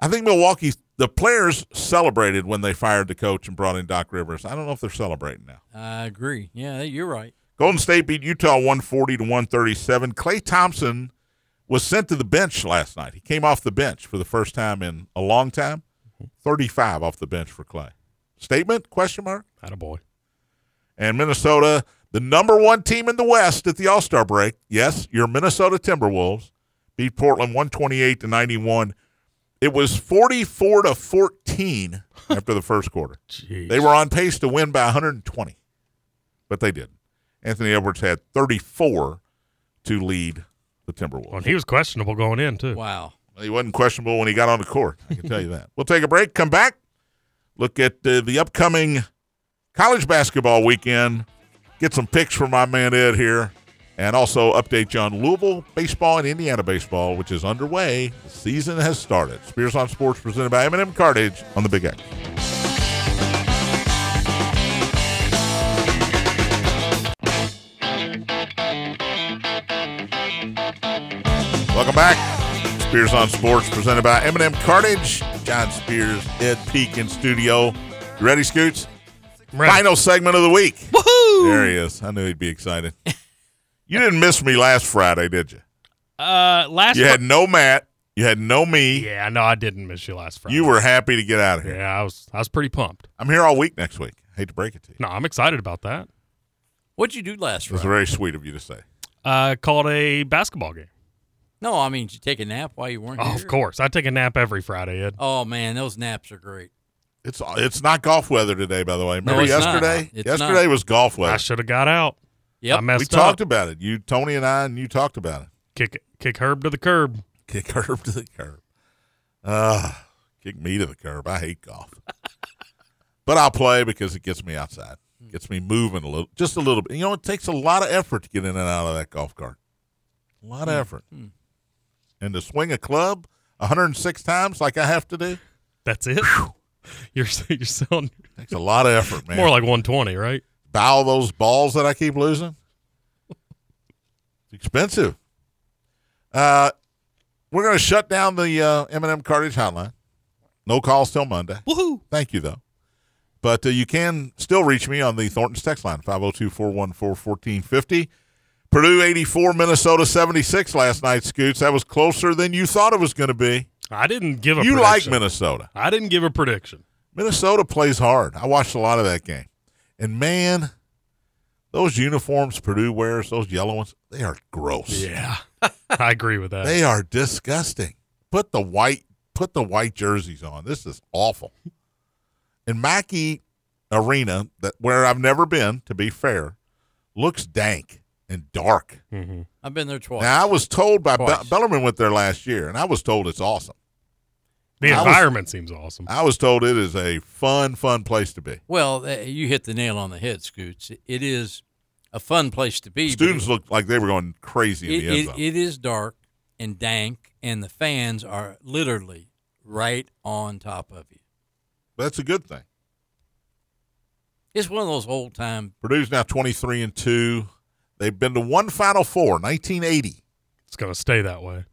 I think Milwaukee the players celebrated when they fired the coach and brought in Doc Rivers. I don't know if they're celebrating now.
I agree. Yeah, you're right.
Golden State beat Utah 140 to 137. Clay Thompson was sent to the bench last night. He came off the bench for the first time in a long time. 35 off the bench for Clay. Statement? Question mark.
Had a boy.
And Minnesota, the number one team in the West at the All Star break. Yes, your Minnesota Timberwolves beat Portland 128 to 91. It was 44 to 14 after the first quarter.
Jeez.
They were on pace to win by 120, but they didn't. Anthony Edwards had 34 to lead the
Well,
Timberwolves.
and he was questionable going in too.
Wow.
He wasn't questionable when he got on the court. I can tell you that. We'll take a break, come back, look at uh, the upcoming college basketball weekend, get some picks from my man Ed here, and also update you on Louisville baseball and Indiana baseball, which is underway. The season has started. Spears on Sports presented by M&M Cartage on the Big X. Welcome back. Spears on Sports, presented by Eminem Cartage. John Spears, Ed Peak in studio. You ready, Scoots?
Right.
Final segment of the week. Woohoo! There he is. I knew he'd be excited. you didn't miss me last Friday, did you?
Uh, last.
You had no Matt. You had no me.
yeah, no, I didn't miss you last Friday.
You were happy to get out of here.
Yeah, I was. I was pretty pumped.
I'm here all week next week. Hate to break it to you.
No, I'm excited about that.
What'd you do last
It was
Friday?
very sweet of you to say.
Uh, called a basketball game.
No, I mean, did you take a nap while you weren't
Oh,
here?
of course. I take a nap every Friday, Ed.
Oh, man, those naps are great.
It's it's not golf weather today, by the way. Remember
it's not.
yesterday?
It's
yesterday
not.
was golf
I
weather.
should have got out.
Yep.
I
We
messed
talked
up.
about it. You, Tony, and I, and you talked about it.
Kick kick Herb to the curb.
Kick curb to the curb. Uh, kick me to the curb. I hate golf. but I'll play because it gets me outside. Gets me moving a little just a little bit. You know, it takes a lot of effort to get in and out of that golf cart. A lot of effort. And to swing a club 106 times like I have to do,
That's it. You're s- you're selling
takes a lot of effort, man.
more like 120, right?
bow those balls that I keep losing. It's expensive. Uh, we're going to shut down the uh, M&M Cartage hotline. No calls till Monday.
Woohoo!
Thank you, though. But uh, you can still reach me on the Thornton's text line, 502 414 1450. Purdue 84, Minnesota 76 last night, Scoots. That was closer than you thought it was going to be.
I didn't give a
You
prediction.
like Minnesota.
I didn't give a prediction.
Minnesota plays hard. I watched a lot of that game. And man, those uniforms Purdue wears, those yellow ones, they are gross.
Yeah. I agree with that.
They are disgusting. Put the white put the white jerseys on. This is awful. And Mackey Arena, that where I've never been, to be fair, looks dank and dark.
Mhm.
I've been there twice.
Now I was told by Be-
Twice.
Bellerman went there last year, and I was told it's awesome.
The
I was-
environment seems awesome.
I was told it is a fun, fun place to be.
well, uh, you hit the nail on the head, Scoots. It is a fun place to be. but
Students
it-
looked like they were going crazy in
it,
the end
it,
zone.
it is dark and dank, and the fans are literally right on top of you.
That's a good thing.
It's one of those old time.
Purdue's now 23 and 2. They've been to one Final Four, 1980.
It's going to stay that way.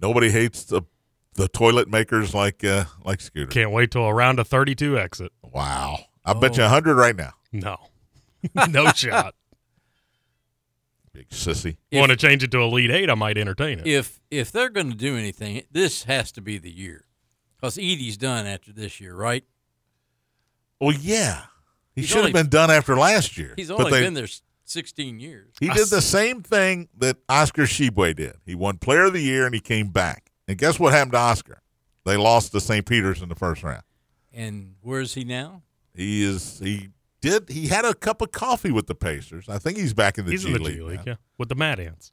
Nobody hates the the toilet makers like uh, like Scooter.
Can't wait till around a 32 exit.
Wow. I bet
Oh.
you 100 right now.
No. no shot.
Big sissy.
If-
Want to change it to Elite Eight? I might entertain it.
If if they're going to do anything, this has to be the year, because Edie's done after this year, right?
Well, yeah. He
He's
should
only-
have been done after last year.
He's
But
only
they-
been there s- 16 years.
He
I
did
s-
the same thing that Oscar Shibwe did. He won Player of the Year and he came back. And guess what happened to Oscar? They lost to St. Peter's in the first round.
And where is he now?
He is he did he had a cup of coffee with the Pacers. I think he's back in the
He's
G
in the
League.
G
now.
League, yeah. With the Mad Ants.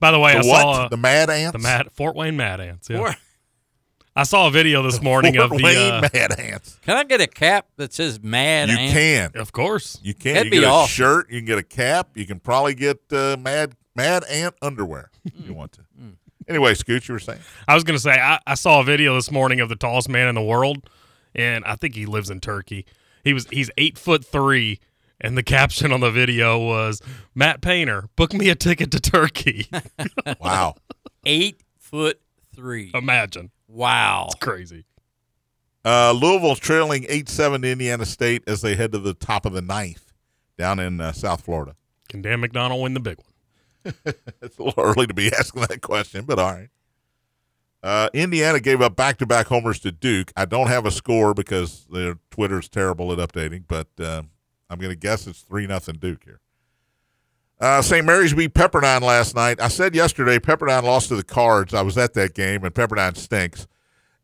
By the way, I
the what?
saw uh,
the Mad Ants.
the Mad Fort Wayne Mad Ants. Yeah.
Or-
I saw a video this morning
Fort
of the.
Wayne
uh,
Mad Ants.
Can I get a cap that says Mad
you
Ant?
can,
of course.
you can.
That'd
you can
be
get a
awesome.
shirt. You can get a cap. You can probably get uh, Mad Mad Ant underwear if
Mm.
you want to. Anyway, Scooch, you were saying
I was going to say, I, I saw a video this morning of the tallest man in the world, and I think he lives in Turkey. He was He's eight foot three, and the caption on the video was Matt Painter, book me a ticket to Turkey.
wow.
Eight foot three.
Um,
Imagine.
wow.
It's crazy.
Uh, Louisville trailing 8 7 to Indiana State as they head to the top of the ninth down in uh, South Florida.
Can Dan McDonald win the big one?
It's a little early to be asking that question, but all right. Uh, Indiana gave up back to back homers to Duke. I don't have a score because their Twitter's terrible at updating, but um I'm going to guess it's 3 nothing Duke here. Uh, St. Mary's beat Pepperdine last night. I said yesterday Pepperdine lost to the Cards. I was at that game, and Pepperdine stinks.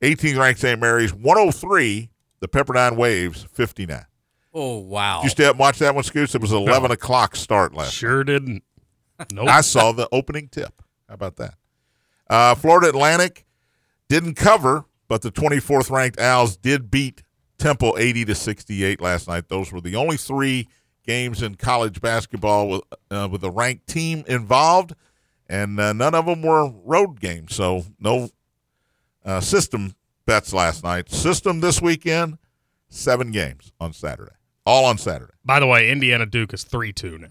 18th ranked St. Mary's, 103. The Pepperdine Waves, 59.
Oh, wow.
Did you stay up and watch that one, Scoots? It was 11 o'clock start last
Sure didn't. Nope.
I saw the opening tip. How about that? Uh, Florida Atlantic didn't cover, but the 24th ranked Owls did beat Temple 80 to 68 last night. Those were the only three games in college basketball with uh, with a ranked team involved, and uh, none of them were road games. So no uh, system bets last night. System this weekend, seven games on Saturday, all on Saturday.
By the way, Indiana Duke is 3 2 now.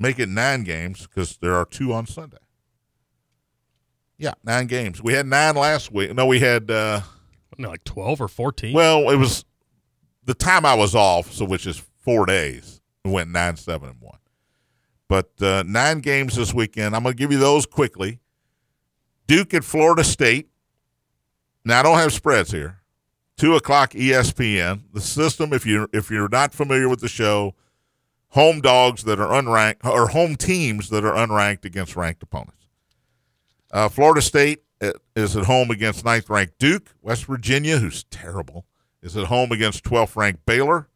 make it nine games because there are two on Sunday. Yeah, nine games. We had nine last week. No, we had. Uh,
Wasn't it like 12 or 14?
well, it was the time I was off, so which is four days. We went nine, seven, and one. But uh, nine games this weekend. I'm going to give you those quickly. Duke at Florida State. Now I don't have spreads here. Two o'clock E ESPN. The system, if you if you're not familiar with the show, home dogs that are unranked or home teams that are unranked against ranked opponents. Uh, Florida State uh, is at home against ninth ranked Duke. West Virginia, who's terrible, is at home against 12th ranked Baylor.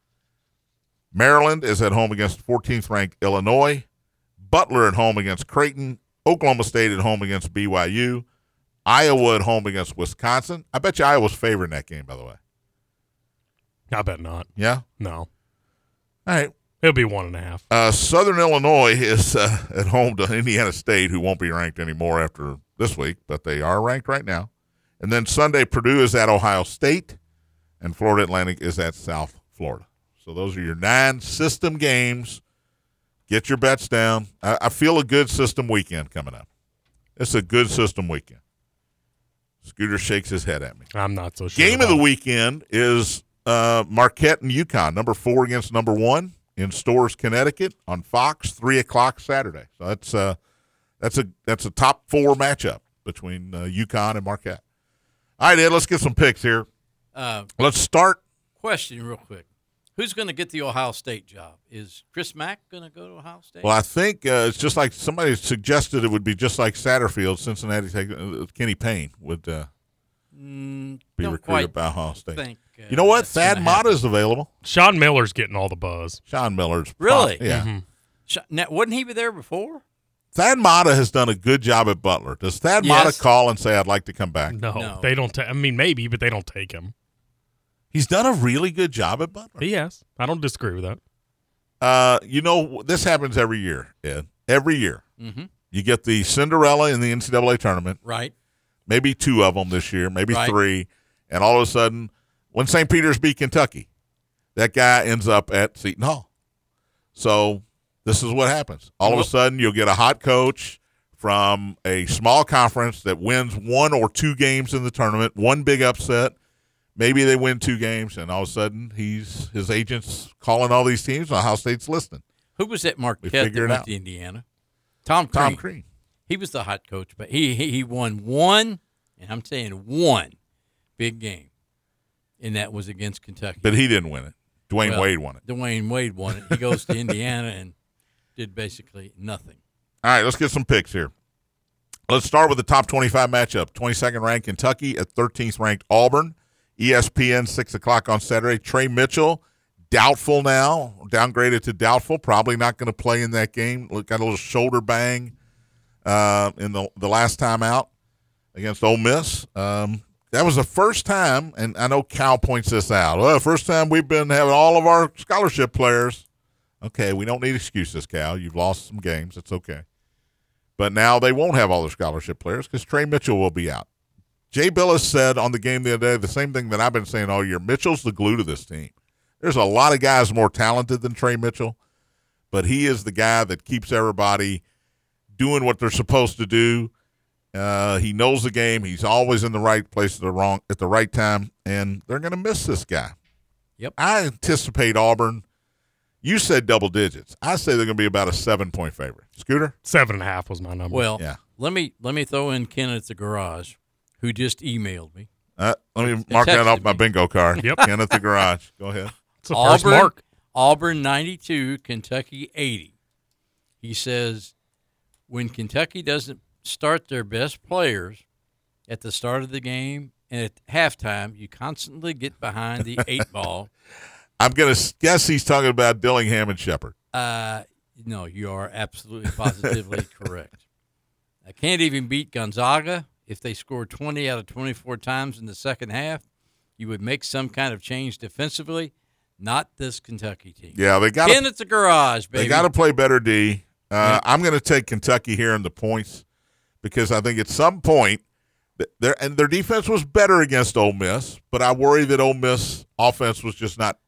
Maryland is at home against 14th ranked Illinois. Butler at home against Creighton. Oklahoma State at home against BYU. Iowa at home against Wisconsin. I bet you Iowa's favored in that game, by the way.
I bet not.
Yeah?
No.
All right.
It'll be one and a half.
Uh, Southern Illinois is uh, at home to Indiana State, who won't be ranked anymore after this week, but they are ranked right now. And then Sunday, Purdue is at Ohio State, and Florida Atlantic is at South Florida. So those are your nine system games. Get your bets down. I, I feel a good system weekend coming up. It's a good system weekend. Scooter shakes his head at me.
I'm not so sure.
Game of the
about
weekend is uh, Marquette and Yukon, number four against number one in Stores, Connecticut, on Fox, three o'clock Saturday. So that's uh, that's a that's a top four matchup between uh, UConn and Marquette. All right, Ed, let's get some picks here.
Uh,
Let's start.
question real quick. Who's going to get the Ohio State job? Is Chris Mack going to go to Ohio State?
Well, I think uh, it's just like somebody suggested it would be just like Satterfield, Cincinnati, take, uh, Kenny Payne would uh,
Mm,
be
don't
recruited
quite
by Ohio State.
think, uh,
you know what?
that's gonna
Thad
happen.
Mata's available.
it. Sean Miller's getting all the buzz.
Sean Miller's.
Really?
yeah.
Sh- Now, wasn't he there before?
Thad Mata has done a good job at Butler. Does Thad Mata
Yes.
call and say, I'd like to come back?
No,
No.
they don't. Ta- I mean, maybe, but they don't take him.
He's done a really good job at Butler.
But yes, I don't disagree with that.
Uh, you know, this happens every year, Ed. Every year.
Mhm.
You get the Cinderella in the NCAA tournament,
Right.
maybe two of them this year, maybe
Right.
three. And all of a sudden, when St. Peter's beat Kentucky, that guy ends up at Seton Hall. So this is what happens. All of
Well-
a sudden, you'll get a hot coach from a small conference that wins one or two games in the tournament, one big upset. Maybe they win two games, and all of a sudden, he's his agents calling all these teams. and Ohio State's listening.
Who was at Marquette that
figure it
went
out.
to Indiana? Tom Crean.
Tom Crean.
He was the hot coach, but he, he he won one, and I'm saying one big game, and that was against Kentucky.
but he didn't win it. Dwayne
Well,
Wade won it.
Dwayne Wade won it. He goes to Indiana and did basically nothing.
All right, let's get some picks here. Let's start with the top 25 matchup 22nd ranked Kentucky at 13th ranked Auburn. E ESPN, 6 o'clock on Saturday. Trey Mitchell, doubtful now, downgraded to doubtful. Probably not going to play in that game. Look, Got a little shoulder bang uh, in the, the last time out against Ole Miss. Um, that was the first time, and I know Cal points this out. Well, first time we've been having all of our scholarship players. Okay, we don't need excuses, Cal. You've lost some games. It's okay. But now they won't have all their scholarship players because Trey Mitchell will be out. Jay Billis said on the game the other day the same thing that I've been saying all year. Mitchell's the glue to this team. There's a lot of guys more talented than Trey Mitchell, but he is the guy that keeps everybody doing what they're supposed to do. Uh, he knows the game. He's always in the right place at the wrong at the right time, and they're going to miss this guy.
Yep.
I anticipate Auburn. You said double digits. I say they're going to be about a seven point favorite. Scooter.
Seven and a half was my number.
Well,
Yeah.
let me let me throw in Ken at the garage, who just emailed me.
Uh, let me mark that
texted
off my
me.
bingo card.
Yep.
Ken at the garage. Go ahead.
it's the first
Auburn,
mark.
Auburn 92, Kentucky 80. He says when Kentucky doesn't start their best players at the start of the game and at halftime, you constantly get behind the eight ball.
I'm going to guess he's talking about Dillingham and Shepard.
Uh, no, you are absolutely positively correct. I can't even beat Gonzaga. If they scored 20 out of 24 times in the second half, you would make some kind of change defensively. Not this Kentucky team.
Yeah, they got
In at the garage, baby.
They got to play better D. Uh, I'm going to take Kentucky here in the points because I think at some point, th- their and their defense was better against Ole Miss, but I worry that Ole Miss offense was just not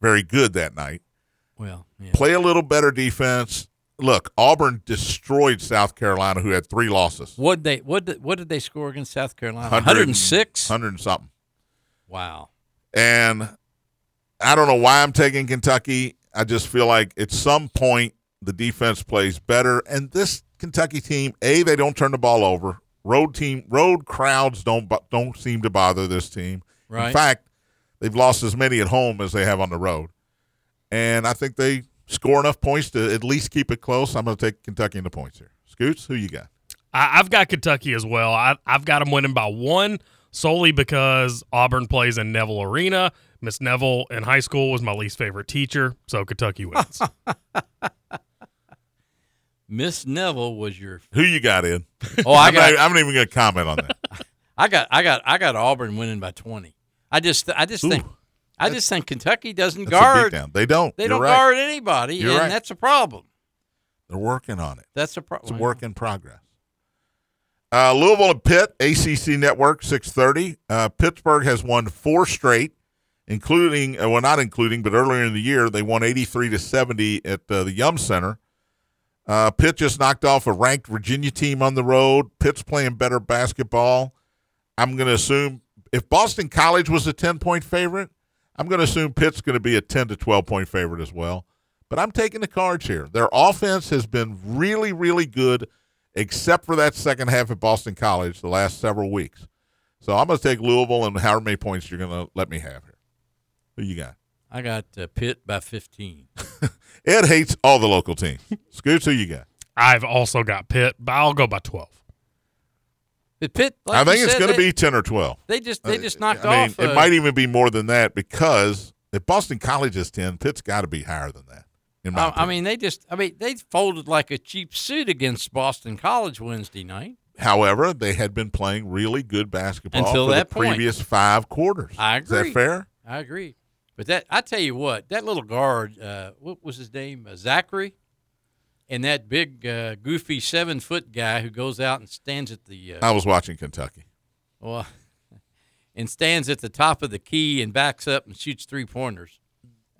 very good that night.
well, yeah.
Play a little better defense. Look, Auburn destroyed South Carolina, who had three losses,
What they what did, what did they score against South Carolina?
100
One hundred six.
hundred and something.
Wow.
And I don't know why I'm taking Kentucky. I just feel like at some point the defense plays better. And this Kentucky team, A, they don't turn the ball over. Road team, road crowds don't bo- don't seem to bother this team.
Right.
In fact, they've lost as many at home as they have on the road. And I think they score enough points to at least keep it close. I'm going to take Kentucky in the points here. Scoots, who you got?
I, I've got Kentucky as well. I, I've got them winning by one solely because Auburn plays in Neville Arena. Miss Neville in high school was my least favorite teacher, so Kentucky wins.
Miss Neville was your.
Who you got in?
Oh, I
I'm, not,
got,
I'm not even going to comment on that.
I got, I got, I got Auburn winning by twenty. I just, I just think, I just think Kentucky doesn't
That's a
guard.
beatdown. They don't.
They
You're
don't
right.
guard anybody,
You're
and
right.
that's a problem.
They're working on it.
That's a problem.
It's a work in progress. Uh, Louisville and Pitt, ACC Network, 6:30. Uh, Pittsburgh has won four straight, including uh, well, not including, but earlier in the year they won 83 to 70 at uh, the Yum Center. Uh, Pitt just knocked off a ranked Virginia team on the road. Pitt's playing better basketball. I'm going to assume if Boston College was a 10 point favorite, I'm going to assume Pitt's going to be a 10 to 12 point favorite as well. But I'm taking the cards here. Their offense has been really, really good, except for that second half at Boston College the last several weeks. So I'm going to take Louisville and however many points you're going to let me have here. Who you got?
I got uh, Pitt by 15.
Ed hates all the local teams. Scoots, who you got?
I've also got Pitt, but I'll go by 12.
But Pitt, like
I think
you
it's
said,
going to
they-
be 10 or 12.
They just they
Uh,
just knocked
I mean,
off.
It
uh,
might even be more than that because if Boston College is ten, Pitt's got to be higher than that. In my
Oh, I, I
opinion.
mean, they just I mean they folded like a cheap suit against Boston College Wednesday night.
however, they had been playing really good basketball
Until
for
that
the
point.
previous five quarters.
I
Is that
agree.
fair?
I agree. But that I tell you what, that little guard, uh, what was his name, uh, Zachary, and that big uh, goofy seven foot guy who goes out and stands at the uh,
I was watching Kentucky.
well, and stands at the top of the key and backs up and shoots three pointers.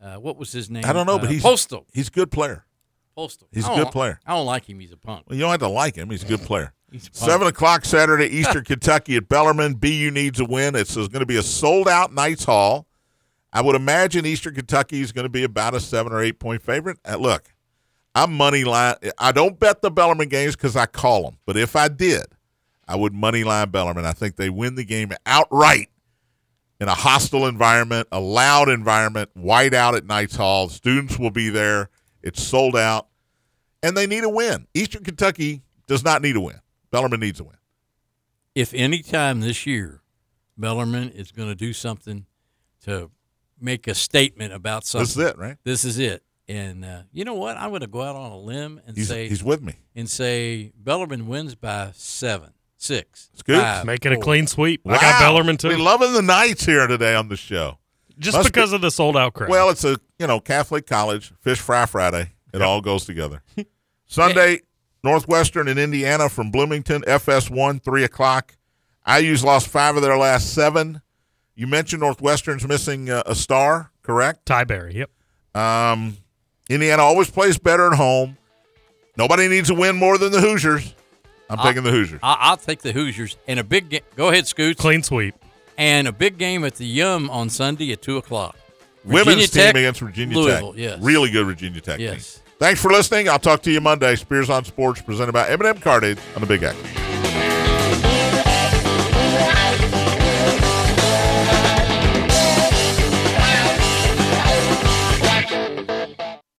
Uh, what was his name?
I don't know,
Uh,
but he's
postal.
He's a good player.
Postal.
he's a
I don't
good
li-
player.
I don't like him. He's a punk.
Well, you don't have to like him. He's a good player.
He's a punk.
Seven o'clock Saturday, Eastern Kentucky at Bellarmine. BU needs a win. It's going to be a sold out Knights Hall. I would imagine Eastern Kentucky is going to be about a seven or eight point favorite. Uh, look, I'm money line. I don't bet the Bellarmine games because I call them. But if I did, I would money line Bellarmine. I think they win the game outright in a hostile environment, a loud environment, white out at Knights Hall. Students will be there. It's sold out, and they need a win. Eastern Kentucky does not need a win. Bellarmine needs a win.
if any time this year Bellarmine is going to do something to make a statement about something,
That's it, right?
This is it. And uh, you know what? I'm going to go out on a limb and
He's,
say
he's with me.
and say Bellarmine wins by seven, six.
Scoops,
five,
Make it a
four.
clean sweep. I got Bellarmine
We
too.
loving the Knights here today on the show.
Just
must be-
because of the sold out crowd.
Well, it's a you know Catholic college fish fry Friday. It all goes together. Sunday, Northwestern in Indiana from Bloomington, FS1, three o'clock. IU's lost five of their last seven. You mentioned Northwestern's missing uh, a star, correct?
Tyberry, yep.
Um, Indiana always plays better at home. Nobody needs to win more than the Hoosiers.
Uh,
I'm taking the Hoosiers.
I, I'll take the Hoosiers and a big. Ga- Go ahead, Scoots.
Clean sweep.
And a big game at the Yum on Sunday at two o'clock. Virginia
Women's
Tech,
team against Virginia
Louisville,
Tech.
yes.
Really good Virginia Tech team.
Yes.
Thanks for listening. I'll talk to you Monday. Spears on Sports presented by Eminem Cartage on the Big X.